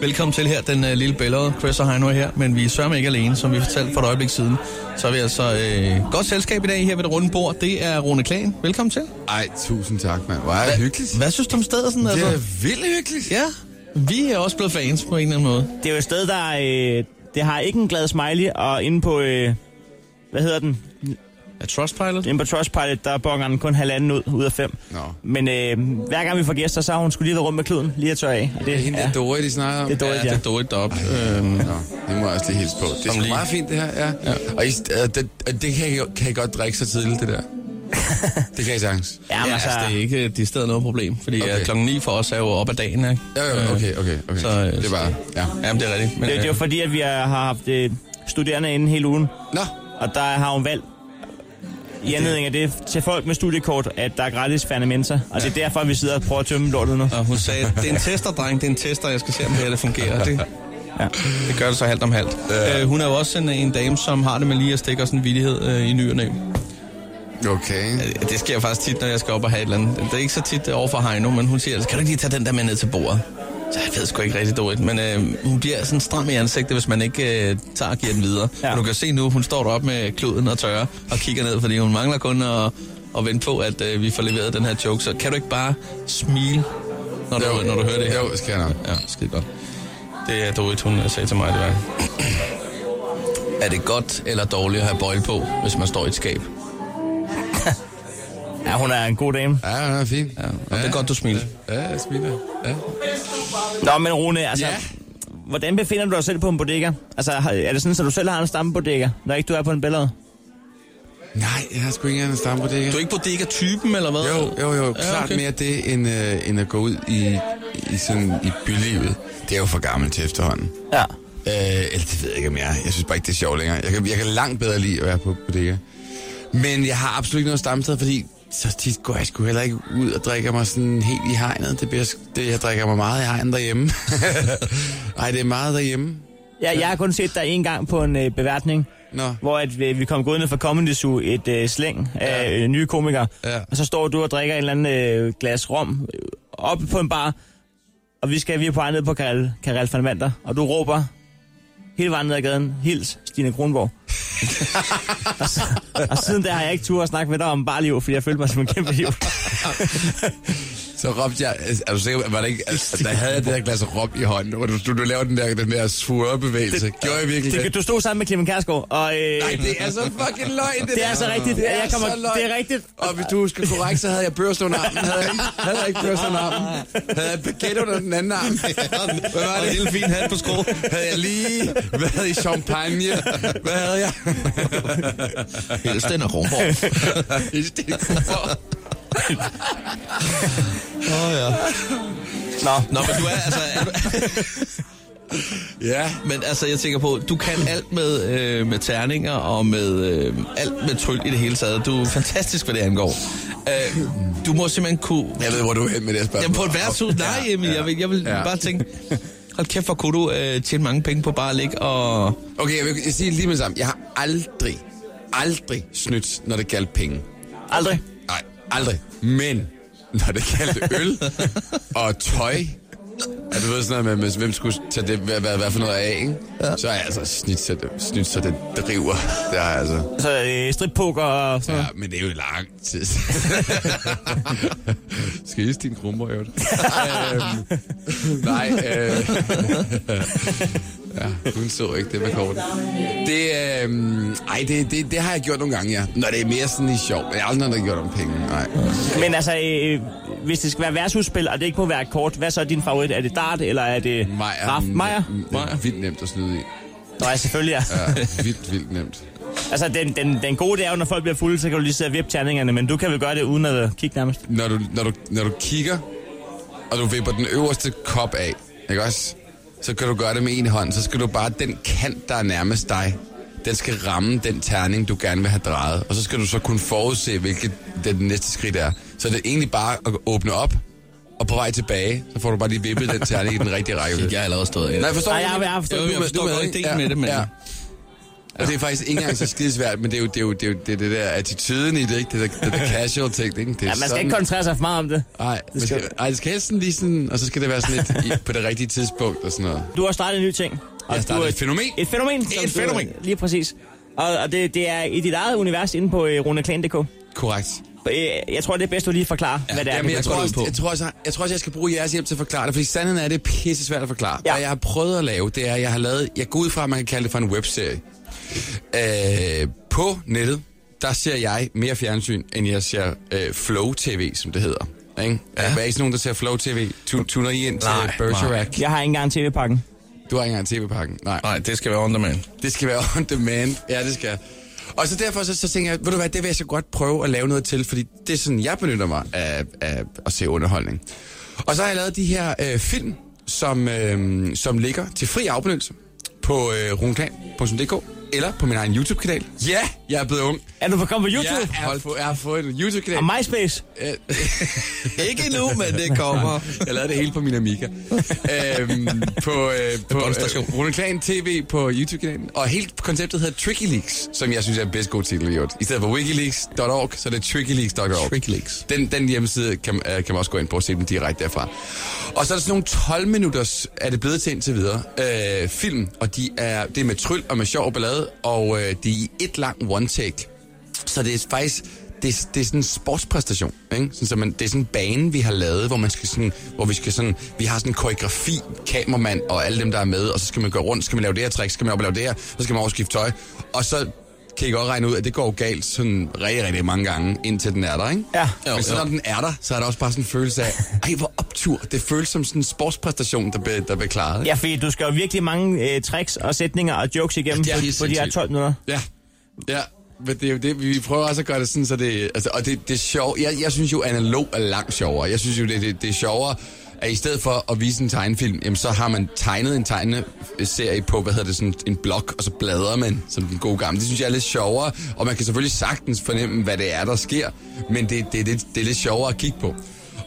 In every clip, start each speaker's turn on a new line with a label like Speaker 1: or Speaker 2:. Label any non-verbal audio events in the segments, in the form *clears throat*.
Speaker 1: Velkommen til her, den øh, lille billede. Chris og Heino er her, men vi sørger ikke alene, som vi fortalte for et øjeblik siden. Så er vi altså øh, godt selskab i dag her ved det runde bord. Det er Rune Klagen. Velkommen til.
Speaker 2: Ej, tusind tak, mand. Hvor er det hyggeligt.
Speaker 1: Hvad synes du om stedet sådan?
Speaker 2: Det
Speaker 1: Altså?
Speaker 2: er vildt hyggeligt.
Speaker 1: Ja, vi er også blevet fans på en eller anden måde.
Speaker 3: Det er jo et sted, der øh, det har ikke en glad smiley, og inde på, øh, hvad hedder den?
Speaker 1: Er Trustpilot?
Speaker 3: Inde på Trustpilot, der bonger den kun halvanden ud, ud af fem.
Speaker 2: Nå.
Speaker 3: Men øh, hver gang vi får gæster, så har hun skulle lige været rundt med kluden, lige at tørre af. Og
Speaker 2: Det er hende der
Speaker 3: ja.
Speaker 2: Dore, de snakker om.
Speaker 3: Det er Dore,
Speaker 2: ja.
Speaker 3: ja.
Speaker 1: Det er dårligt deroppe.
Speaker 2: Øhm,
Speaker 1: Øhm,
Speaker 2: Nå, det må jeg også lige hilse på. Det er
Speaker 1: Som
Speaker 2: sgu
Speaker 1: lige-
Speaker 2: meget fint, det her. Ja. ja. Og I, øh, det, øh, det kan, I, kan I godt drikke så tidligt, det *laughs* der. det kan I sagtens.
Speaker 3: Ja, men
Speaker 1: ja, altså, det er
Speaker 3: altså,
Speaker 1: ikke de steder noget problem, fordi okay.
Speaker 2: Okay.
Speaker 1: klokken 9 for os er jo op ad dagen, ikke?
Speaker 2: Ja, jo,
Speaker 1: Øh,
Speaker 2: okay, okay, okay.
Speaker 1: så, øh,
Speaker 2: det er bare, ja.
Speaker 1: Jamen, det er rigtigt. Men,
Speaker 3: det, det er jo
Speaker 1: øh,
Speaker 3: fordi, at vi har har haft øh, studerende inde hele ugen,
Speaker 2: Nå,
Speaker 3: og der har hun valgt i anledning af det til folk med studiekort, at der er gratis fernementer. Og det er derfor, vi sidder og prøver at tømme lortet nu.
Speaker 1: og hun sagde, det er en tester, dreng, det er en tester, jeg skal se, om det her det fungerer. Det, ja. det gør det så halvt om halvt. Ja. Øh, hun er jo også en, en dame, som har det med lige at stikke os en vidighed øh, i ny og næ.
Speaker 2: okay.
Speaker 1: Øh, Det sker faktisk tit, når jeg skal op og have et eller andet. Det er ikke så tit over for Heino, men hun siger, kan du ikke lige tage den der med ned til bordet? Så jeg ved sgu ikke rigtig dårligt, men øh, hun bliver sådan stram i ansigtet, hvis man ikke øh, tager og giver den videre.
Speaker 3: Ja.
Speaker 1: Ja. Og du kan se nu, hun står deroppe med kluden og tørrer og kigger ned, fordi hun mangler kun at, at vente på, at øh, vi får leveret den her joke. Så kan du ikke bare smile, når du, når du hører det her?
Speaker 2: Jo, skal jeg nok.
Speaker 1: Ja, skide godt. Det er dårligt, hun øh, sagde til mig, det var. er det godt eller dårligt at have bøjle på, hvis man står i et skab?
Speaker 3: Ja, hun er en god dame.
Speaker 2: Ja, det er fint. Ja,
Speaker 1: Og det er godt, du smiler.
Speaker 2: Ja, jeg smiler. Ja.
Speaker 3: Nå, men Rune, altså...
Speaker 2: Ja.
Speaker 3: Ja. Hvordan befinder du dig selv på en bodega? Altså, har- er det sådan, at du selv har en stammebodega, når ikke du er på en billede?
Speaker 2: Nej, jeg har sgu ikke engang en stamme på det,
Speaker 1: Du er ikke bodega-typen, eller hvad?
Speaker 2: Jo, jo, jo.
Speaker 1: Ja,
Speaker 2: Klart ja,
Speaker 1: okay.
Speaker 2: okay. mere det, end, øh, end at gå ud i, i, sådan, i bylivet. Det er jo for gammelt til efterhånden.
Speaker 3: Ja.
Speaker 2: Øh, eller det ved jeg ikke, om jeg er. Jeg synes bare ikke, det er sjovt længere. Jeg kan, jeg kan langt bedre lide at være på bodega. Men jeg har absolut ikke noget stamsted, fordi så tit går jeg sgu heller ikke ud og drikker mig sådan helt i hegnet. Det bliver, sk- det, jeg drikker mig meget i hegnet derhjemme. Nej, det er meget derhjemme.
Speaker 3: ja. Jeg har kun set dig en gang på en øh, beværtning,
Speaker 2: Nå.
Speaker 3: hvor at, øh, vi kom gående fra Comedy Zoo et øh, slæng af øh, nye komikere.
Speaker 2: Ja.
Speaker 3: Og så står du og drikker en eller anden øh, glas rom øh, oppe på en bar, og vi skal vi er på vej ned på Karel, Karel van Mander, og du råber hele vejen ned ad gaden, hils
Speaker 2: *laughs*
Speaker 3: Stine Kronborg. og, så, og siden der har jeg ikke tur at snakke med dig om barliv, fordi jeg følte mig som en kæmpe liv.
Speaker 2: Så råbte jeg, er du sikker, var det ikke, altså, der havde jeg det der glas rom i hånden, hvor du, du, du laver den der, den der svurbevægelse. Gjorde jeg virkelig
Speaker 3: Det,
Speaker 2: det?
Speaker 3: du stod sammen med Clemen Kærsgaard, og... Øh,
Speaker 2: Nej, det er så fucking løgn, det,
Speaker 3: Det er
Speaker 2: der.
Speaker 3: så rigtigt.
Speaker 2: Det er,
Speaker 3: Jeg kommer-
Speaker 2: så løgn.
Speaker 3: det er rigtigt.
Speaker 2: Og hvis du husker korrekt, så havde jeg børste under armen. Havde jeg ikke, havde jeg ikke børste under armen. Havde jeg baguette under den anden arm. Hvad var
Speaker 1: Og en
Speaker 2: det?
Speaker 1: lille fin hat på sko.
Speaker 2: Havde jeg lige været i champagne? Hvad havde jeg?
Speaker 1: Helst *laughs* den er rumborg. Åh, oh, ja.
Speaker 3: Nå,
Speaker 1: Nå, men du er, altså, er du, *laughs*
Speaker 2: ja.
Speaker 1: men altså, jeg tænker på, du kan alt med, øh, med terninger og med øh, alt med tryl i det hele taget. Du er fantastisk, hvad det angår. Øh, du må simpelthen kunne...
Speaker 2: Jeg ved, hvor du er hen med det spørgsmål.
Speaker 1: Jamen, på et værtshus? Nej, Emil, jeg vil, jeg vil
Speaker 2: Ja.
Speaker 1: bare tænke... Hold kæft, hvor kunne du øh, tjene mange penge på bare at ligge og...
Speaker 2: Okay, jeg vil sige lige med det samme. Jeg har aldrig, aldrig snydt, når det galt penge.
Speaker 3: aldrig.
Speaker 2: Nej, aldrig. Men når det kaldte øl og tøj, og du ved sådan noget med, med hvem skulle tage det, hvad, hvad, hvad for noget af, ikke? Ja. så er jeg altså snydt, så det, snydt, så det driver. Det er jeg altså.
Speaker 3: Så øh, strippoker og sådan
Speaker 2: Ja,
Speaker 3: noget.
Speaker 2: men det er jo lang tid. *laughs* Skal I din krummer, øvrigt? Nej, øh, ja, hun så ikke det med kortet. Det, øh, ej, det, det, det, har jeg gjort nogle gange, ja. Når det er mere sådan i sjov, men jeg har aldrig noget, der er gjort om penge. Nej.
Speaker 3: Men altså, øh, hvis det skal være værtshusspil, og det ikke må være et kort, hvad så er din favorit? Er det dart, eller er det
Speaker 2: Majer.
Speaker 3: raf? Majer?
Speaker 2: Majer. Mm, Vildt nemt at snyde i.
Speaker 3: Nå, ja, selvfølgelig, ja.
Speaker 2: Ja, vildt, vildt nemt.
Speaker 3: Altså, den, den, den gode, det er jo, når folk bliver fulde, så kan du lige sidde og vippe terningerne, men du kan vel gøre det uden at kigge nærmest.
Speaker 2: Når du, når du, når du kigger, og du vipper den øverste kop af, ikke også? Så kan du gøre det med en hånd. Så skal du bare den kant, der er nærmest dig, den skal ramme den terning, du gerne vil have drejet. Og så skal du så kunne forudse, hvilket det, det næste skridt er. Så det er egentlig bare at åbne op, og på vej tilbage, så får du bare lige vippet den terning i den rigtige række.
Speaker 1: Jeg har allerede stået af.
Speaker 2: Nej, forstår
Speaker 3: Nej,
Speaker 2: du?
Speaker 3: jeg- jeg forstår-
Speaker 2: Du-
Speaker 1: jeg forstår
Speaker 2: du-
Speaker 1: godt
Speaker 2: du-
Speaker 1: ideen med det, men-
Speaker 2: Og det er faktisk ikke engang så skidesvært, men det er jo det, er jo, det, er jo, det, er det der attituden i det, ikke? Det er det, det der casual ting, ikke? Det er
Speaker 3: Ja, man skal
Speaker 2: sådan-
Speaker 3: ikke koncentrere sig for meget om det.
Speaker 2: Nej, det skal, ej, det skal helst sådan lige sådan, og så skal det være sådan lidt i, på det rigtige tidspunkt og sådan noget.
Speaker 3: Du har startet en ny ting. Og
Speaker 2: Jeg har
Speaker 3: du
Speaker 2: startet
Speaker 3: er-
Speaker 2: et fænomen.
Speaker 3: Et fænomen. som
Speaker 1: Et
Speaker 3: du-
Speaker 1: fænomen.
Speaker 3: Lige præcis. Og, og det, det er i dit eget univers inde på øh, runeklan.dk.
Speaker 2: Korrekt.
Speaker 3: Øh, Jeg tror, det er bedst, du lige forklarer, ja, hvad det er,
Speaker 2: Jamen,
Speaker 3: du
Speaker 2: jeg,
Speaker 3: går
Speaker 2: tror
Speaker 3: ud
Speaker 2: også,
Speaker 3: på.
Speaker 2: jeg, tror også, jeg tror også, jeg skal bruge jeres hjælp til at forklare det, fordi sandheden er, at det er pisse svært at forklare.
Speaker 3: Ja.
Speaker 2: Ja. Hvad jeg har prøvet at lave, det er, at jeg har lavet, jeg går ud fra, at man kan kalde det for en webserie. Øh, på nettet, der ser jeg mere fjernsyn, end jeg ser øh, Flow TV, som det hedder. Ikke? Ja. Er I sådan nogen, der ser Flow TV? Tu- Tuner I ind til
Speaker 1: Nej,
Speaker 2: Bergerac?
Speaker 3: Jeg har ikke engang tv-pakken.
Speaker 2: Du har ikke engang TV-pakken? Nej.
Speaker 1: Nej, det skal være on demand.
Speaker 2: Det skal være *laughs* on demand. Ja, det skal jeg. Og så derfor så, så tænker jeg, ved du hvad, det vil jeg så godt prøve at lave noget til, fordi det er sådan, jeg benytter mig af, af at se underholdning. Og så har jeg lavet de her øh, film, som, øh, som ligger til fri afbenyttelse på øh, runklan.dk eller på min egen YouTube-kanal. Ja, jeg er blevet ung.
Speaker 3: Er du på kommet på YouTube?
Speaker 2: Jeg, er, på- jeg har fået en YouTube-kanal.
Speaker 3: Og MySpace?
Speaker 1: Øh, *laughs* Ikke endnu, men det kommer.
Speaker 2: Jeg lavede det hele på min Amiga. øhm, på øh, på
Speaker 1: båndstation.
Speaker 2: øh, Rune Klan TV på YouTube-kanalen. Og helt konceptet hedder Tricky Leaks, som jeg synes er en bedst god titel i øvrigt. I stedet for wikileaks.org, så er det trickyleaks.org.
Speaker 1: Wikileaks.
Speaker 2: Den, den hjemmeside kan, øh, kan man også gå ind på og se den direkte derfra. Og så er der sådan nogle 12 minutters, er det blevet til indtil videre, øh, film. Og de er, det er med tryl og med sjov og ballade, og øh, det er i et lang one-take. Så det er faktisk det, det er sådan en sportspræstation, ikke? Sådan, så man, det er sådan en bane, vi har lavet, hvor, man skal sådan, hvor vi, skal sådan, vi har sådan en koreografi, kameramand og alle dem, der er med, og så skal man gå rundt, skal man lave det her trick, skal man op og lave det her, så skal man overskifte tøj, og så kan I godt regne ud, at det går jo galt sådan rigtig, rigtig mange gange, indtil den er der, ikke?
Speaker 3: Ja.
Speaker 1: Jo,
Speaker 2: Men så
Speaker 1: jo.
Speaker 2: når den er der, så er der også bare sådan en følelse af, ej, hvor optur. Det føles som sådan en sportspræstation, der bliver, der bliver klaret. ikke?
Speaker 3: Ja, fordi du skal jo virkelig mange øh, tricks og sætninger og jokes igennem
Speaker 2: Ja,
Speaker 3: ja,
Speaker 2: det er
Speaker 3: på,
Speaker 2: helt
Speaker 3: på de her
Speaker 2: sindssygt.
Speaker 3: 12 minutter.
Speaker 2: Ja, ja. Men det er jo det, vi vi prøver også at gøre det sådan, så det, altså, og det, det er sjovt. Jeg, jeg synes jo, analog er langt sjovere. Jeg synes jo, det, det, det er sjovere, at i stedet for at vise en tegnefilm, jamen, så har man tegnet en tegneserie på, hvad hedder det, sådan en blog, og så bladrer man som den gode gamle. Det synes jeg er lidt sjovere, og man kan selvfølgelig sagtens fornemme, hvad det er, der sker, men det, det, det, det er lidt sjovere at kigge på.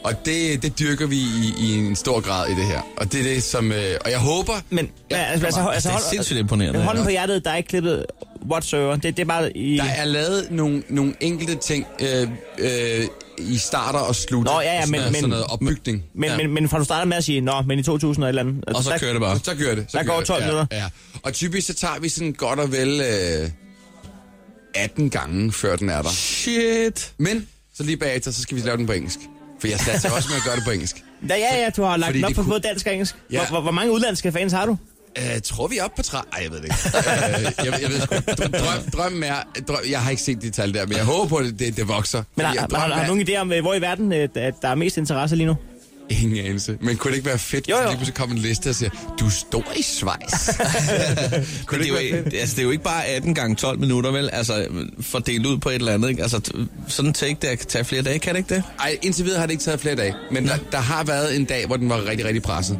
Speaker 2: Og det, det dyrker vi i, i en stor grad i det her. Og det er det, som... Øh, og jeg håber...
Speaker 3: Men ja, altså, altså, hold, altså,
Speaker 1: Det
Speaker 3: hold,
Speaker 1: er sindssygt imponerende.
Speaker 3: hånden på hjertet, der er ikke klippet whatsoever. Det, det er bare i...
Speaker 2: Der er lavet nogle, nogle enkelte ting øh, øh, i starter og slutter.
Speaker 3: Nå, ja, ja,
Speaker 2: sådan,
Speaker 3: men-
Speaker 2: noget,
Speaker 3: men-
Speaker 2: sådan noget opbygning.
Speaker 3: Men,
Speaker 2: ja.
Speaker 3: men, men fra du starter med at sige, nå, men i 2000 og et eller andet. Altså,
Speaker 1: Og så
Speaker 3: der,
Speaker 1: kører det bare.
Speaker 2: Så kører det. Så
Speaker 3: Der
Speaker 2: kører
Speaker 3: går
Speaker 2: det.
Speaker 3: 12
Speaker 2: ja,
Speaker 3: minutter.
Speaker 2: Ja. Og typisk så tager vi sådan godt og vel øh, 18 gange, før den er der.
Speaker 1: Shit.
Speaker 2: Men så lige bagefter, så skal vi lave den på engelsk. For jeg satser også med at gøre det på engelsk.
Speaker 3: Ja, ja, ja, du har lagt
Speaker 2: Fordi
Speaker 3: den op
Speaker 2: det
Speaker 3: på
Speaker 2: kunne-
Speaker 3: både dansk og engelsk.
Speaker 2: Ja.
Speaker 3: Hvor, hvor, hvor mange udlandske fans har du?
Speaker 2: Øh, tror vi er oppe på træ? Ej, jeg ved det ikke. øh, jeg, jeg ved sgu ikke. Drøm- Drøm, drømmen er... Drøm, jeg har ikke set de tal der, men jeg håber på, at det, det, det vokser.
Speaker 3: Men har,
Speaker 2: Fordi jeg-
Speaker 3: har, har,
Speaker 2: drømmen
Speaker 3: har
Speaker 2: er-
Speaker 3: du nogen idé om, øh, hvor i verden øh, at der er mest interesse lige nu?
Speaker 2: Ingen anelse. Men kunne det ikke være fedt,
Speaker 3: Jo,
Speaker 2: hvis
Speaker 3: jo.
Speaker 2: der lige pludselig kom en liste og siger, du er stor i Schweiz.
Speaker 1: Men det, er jo, ikke- altså, det er jo ikke bare 18 gange 12 minutter, vel? Altså, fordelt ud på et eller andet, ikke? Altså, t- sådan en take der kan tage flere dage, kan det ikke det?
Speaker 2: Ej, indtil videre har det ikke taget flere dage. Men der, der har været en dag, hvor den var rigtig, rigtig presset.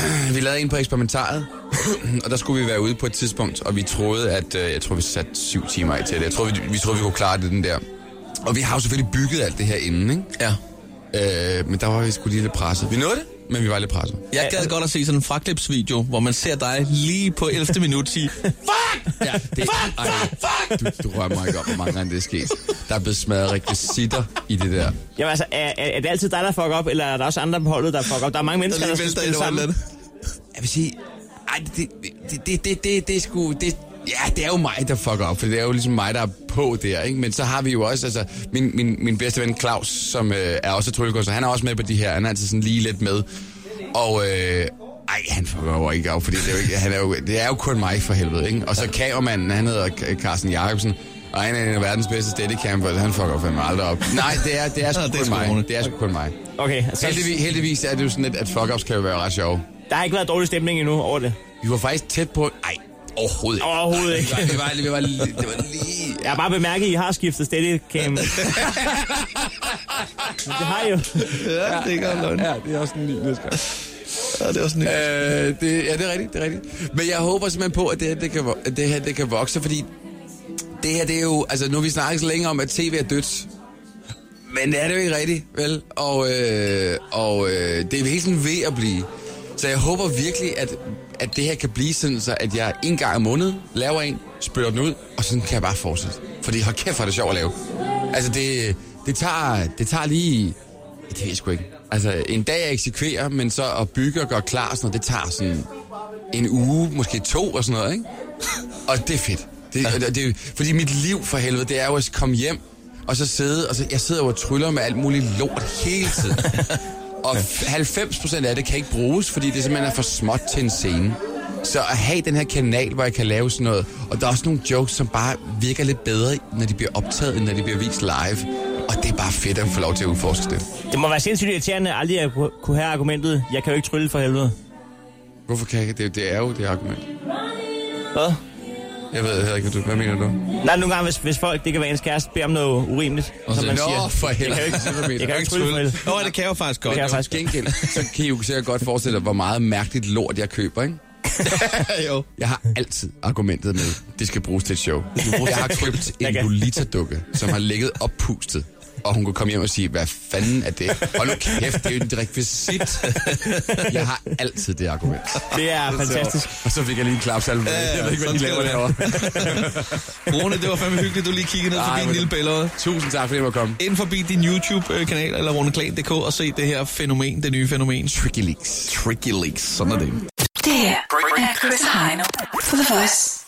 Speaker 2: *clears throat* Vi lavede en på eksperimentaret, *clears throat* og der skulle vi være ude på et tidspunkt, og vi troede, at... øh, Jeg tror, vi satte syv timer i til det. Jeg tror, vi, vi troede, vi kunne klare det, den der. Og vi har jo selvfølgelig bygget alt det her inden, ikke?
Speaker 1: Ja.
Speaker 2: Øh, men der var vi sgu lige lidt presset. Vi nåede det, men vi var lidt presset.
Speaker 1: Jeg gad godt at se sådan en fraklipsvideo, hvor man ser dig lige på 11. minut sige,
Speaker 2: Ja, det, fuck, ej, fuck, Du, du rører mig ikke op, hvor mange gange det er sket. Der er blevet smadret rekvisitter i det der.
Speaker 3: Jamen altså, er, er, er det altid dig, der fucker op, eller er der også andre på holdet, der fucker op? Der er mange mennesker, der,
Speaker 1: lige
Speaker 3: der skal
Speaker 1: vælter
Speaker 3: spille
Speaker 1: ind over
Speaker 3: sammen.
Speaker 1: lidt.
Speaker 2: Jeg vil sige, ej, det, det, det, det, det, det, det er sgu, det, ja, det er jo mig, der fucker op, for det er jo ligesom mig, der er på der, ikke? Men så har vi jo også, altså, min, min, min bedste ven Claus, som øh, er også tryllekunstner, han er også med på de her, han er altid sådan lige lidt med, og øh, ej, han fucker jo ikke op, fordi det er jo, ikke, han er jo, det er jo kun mig for helvede, ikke? Og så kameramanden, han hedder K- Carsten Jacobsen, og han er en af verdens bedste steadicam, for han fucker jo fandme aldrig op. Nej, det er, det
Speaker 1: *laughs*
Speaker 2: er sgu
Speaker 1: Nå, det er
Speaker 2: kun
Speaker 1: sgu
Speaker 2: mig.
Speaker 1: roligt.
Speaker 2: Det er sgu kun mig.
Speaker 3: Okay, altså,
Speaker 2: Heldigvis, heldigvis er det jo sådan lidt, at fuck-ups kan jo være ret sjove.
Speaker 3: der har ikke været dårlig stemning endnu over det.
Speaker 2: Vi var faktisk tæt på... Nej, overhovedet ikke.
Speaker 3: Overhovedet ikke.
Speaker 2: Vi var, vi var, vi var, lige- det var lige...
Speaker 3: Jeg har bare bemærket, at I har skiftet steadicam. det har I jo.
Speaker 1: Ja, det er godt løgn.
Speaker 2: Ja, det er også en ny næste gang.
Speaker 1: Ja, det er også sådan
Speaker 2: Øh, det, ja, det er rigtigt, det er rigtigt. Men jeg håber simpelthen på, at det her, det kan, vo- at det her, det kan vokse, fordi det her, det er jo... Altså, nu har vi snakket så længe om, at tv er dødt. Men det er det jo ikke rigtigt, vel? Og, øh, og øh, det er jo hele tiden ved at blive. Så jeg håber virkelig, at, at det her kan blive sådan, så at jeg en gang om måneden laver en, spytter den ud, og sådan kan jeg bare fortsætte. Fordi hold kæft, hvor er det sjovt at lave. Altså, det, det, tager, det tager lige... Det ved jeg sgu ikke. Altså, en dag jeg eksekverer, men så at bygge og gøre klar, og sådan noget, det tager sådan en uge, måske to og sådan noget, ikke? Og det er fedt. Det, ja. det, fordi mit liv for helvede, det er jo at komme hjem, og så sidde, og så, jeg sidder jo og tryller med alt muligt lort hele tiden. og f- 90% af det kan ikke bruges, fordi det simpelthen er for småt til en scene. Så at have den her kanal, hvor jeg kan lave sådan noget, og der er også nogle jokes, som bare virker lidt bedre, når de bliver optaget, end når de bliver vist live. Og det er bare fedt at få lov til at udforske det.
Speaker 3: Det må være sindssygt irriterende aldrig at ku- kunne have argumentet, jeg kan jo ikke trylle for helvede.
Speaker 2: Hvorfor kan jeg ikke? Det, det er jo det argument.
Speaker 3: Hvad?
Speaker 2: Jeg ved heller ikke, hvad, du, hvad mener du?
Speaker 3: Nej, nogle gange, hvis, hvis folk, det kan være ens kæreste, beder om noget urimeligt,
Speaker 1: Og
Speaker 3: som
Speaker 1: så-
Speaker 3: man
Speaker 1: Nå,
Speaker 3: siger.
Speaker 2: for helvede.
Speaker 3: Jeg kan jo ikke, jeg kan jo ikke trylle for helvede.
Speaker 1: Nå, det kan jeg jo faktisk godt.
Speaker 3: Det kan jeg
Speaker 1: jo.
Speaker 3: faktisk godt.
Speaker 2: Gengæld, så kan I jo sikkert godt forestille jer, hvor meget mærkeligt lort jeg køber, ikke?
Speaker 1: *laughs* jo.
Speaker 2: Jeg har altid argumentet med, det skal bruges til et show. Jeg har købt en
Speaker 3: kan-
Speaker 2: Lolita-dukke, som har ligget oppustet. Og hun kunne komme hjem og sige, hvad fanden er det? Og nu kæft, det er jo en rekvisit. Jeg har altid det argument.
Speaker 3: Det er fantastisk.
Speaker 2: Og så fik jeg lige en klapsalve. med.
Speaker 1: Ja,
Speaker 2: Jeg ved ikke, hvad
Speaker 1: sådan
Speaker 2: de laver
Speaker 1: skal det
Speaker 2: derovre.
Speaker 1: Rune, det var fandme hyggeligt, du lige kiggede ned
Speaker 2: Ej,
Speaker 1: forbi en
Speaker 2: hvor-
Speaker 1: lille billede.
Speaker 2: Tusind tak, fordi jeg måtte komme.
Speaker 1: Ind forbi din YouTube-kanal eller runeklan.dk og se det her fænomen, det nye fænomen.
Speaker 2: Tricky Leaks.
Speaker 1: Tricky Leaks, sådan er det.
Speaker 4: Det her er Chris Heino på The Voice.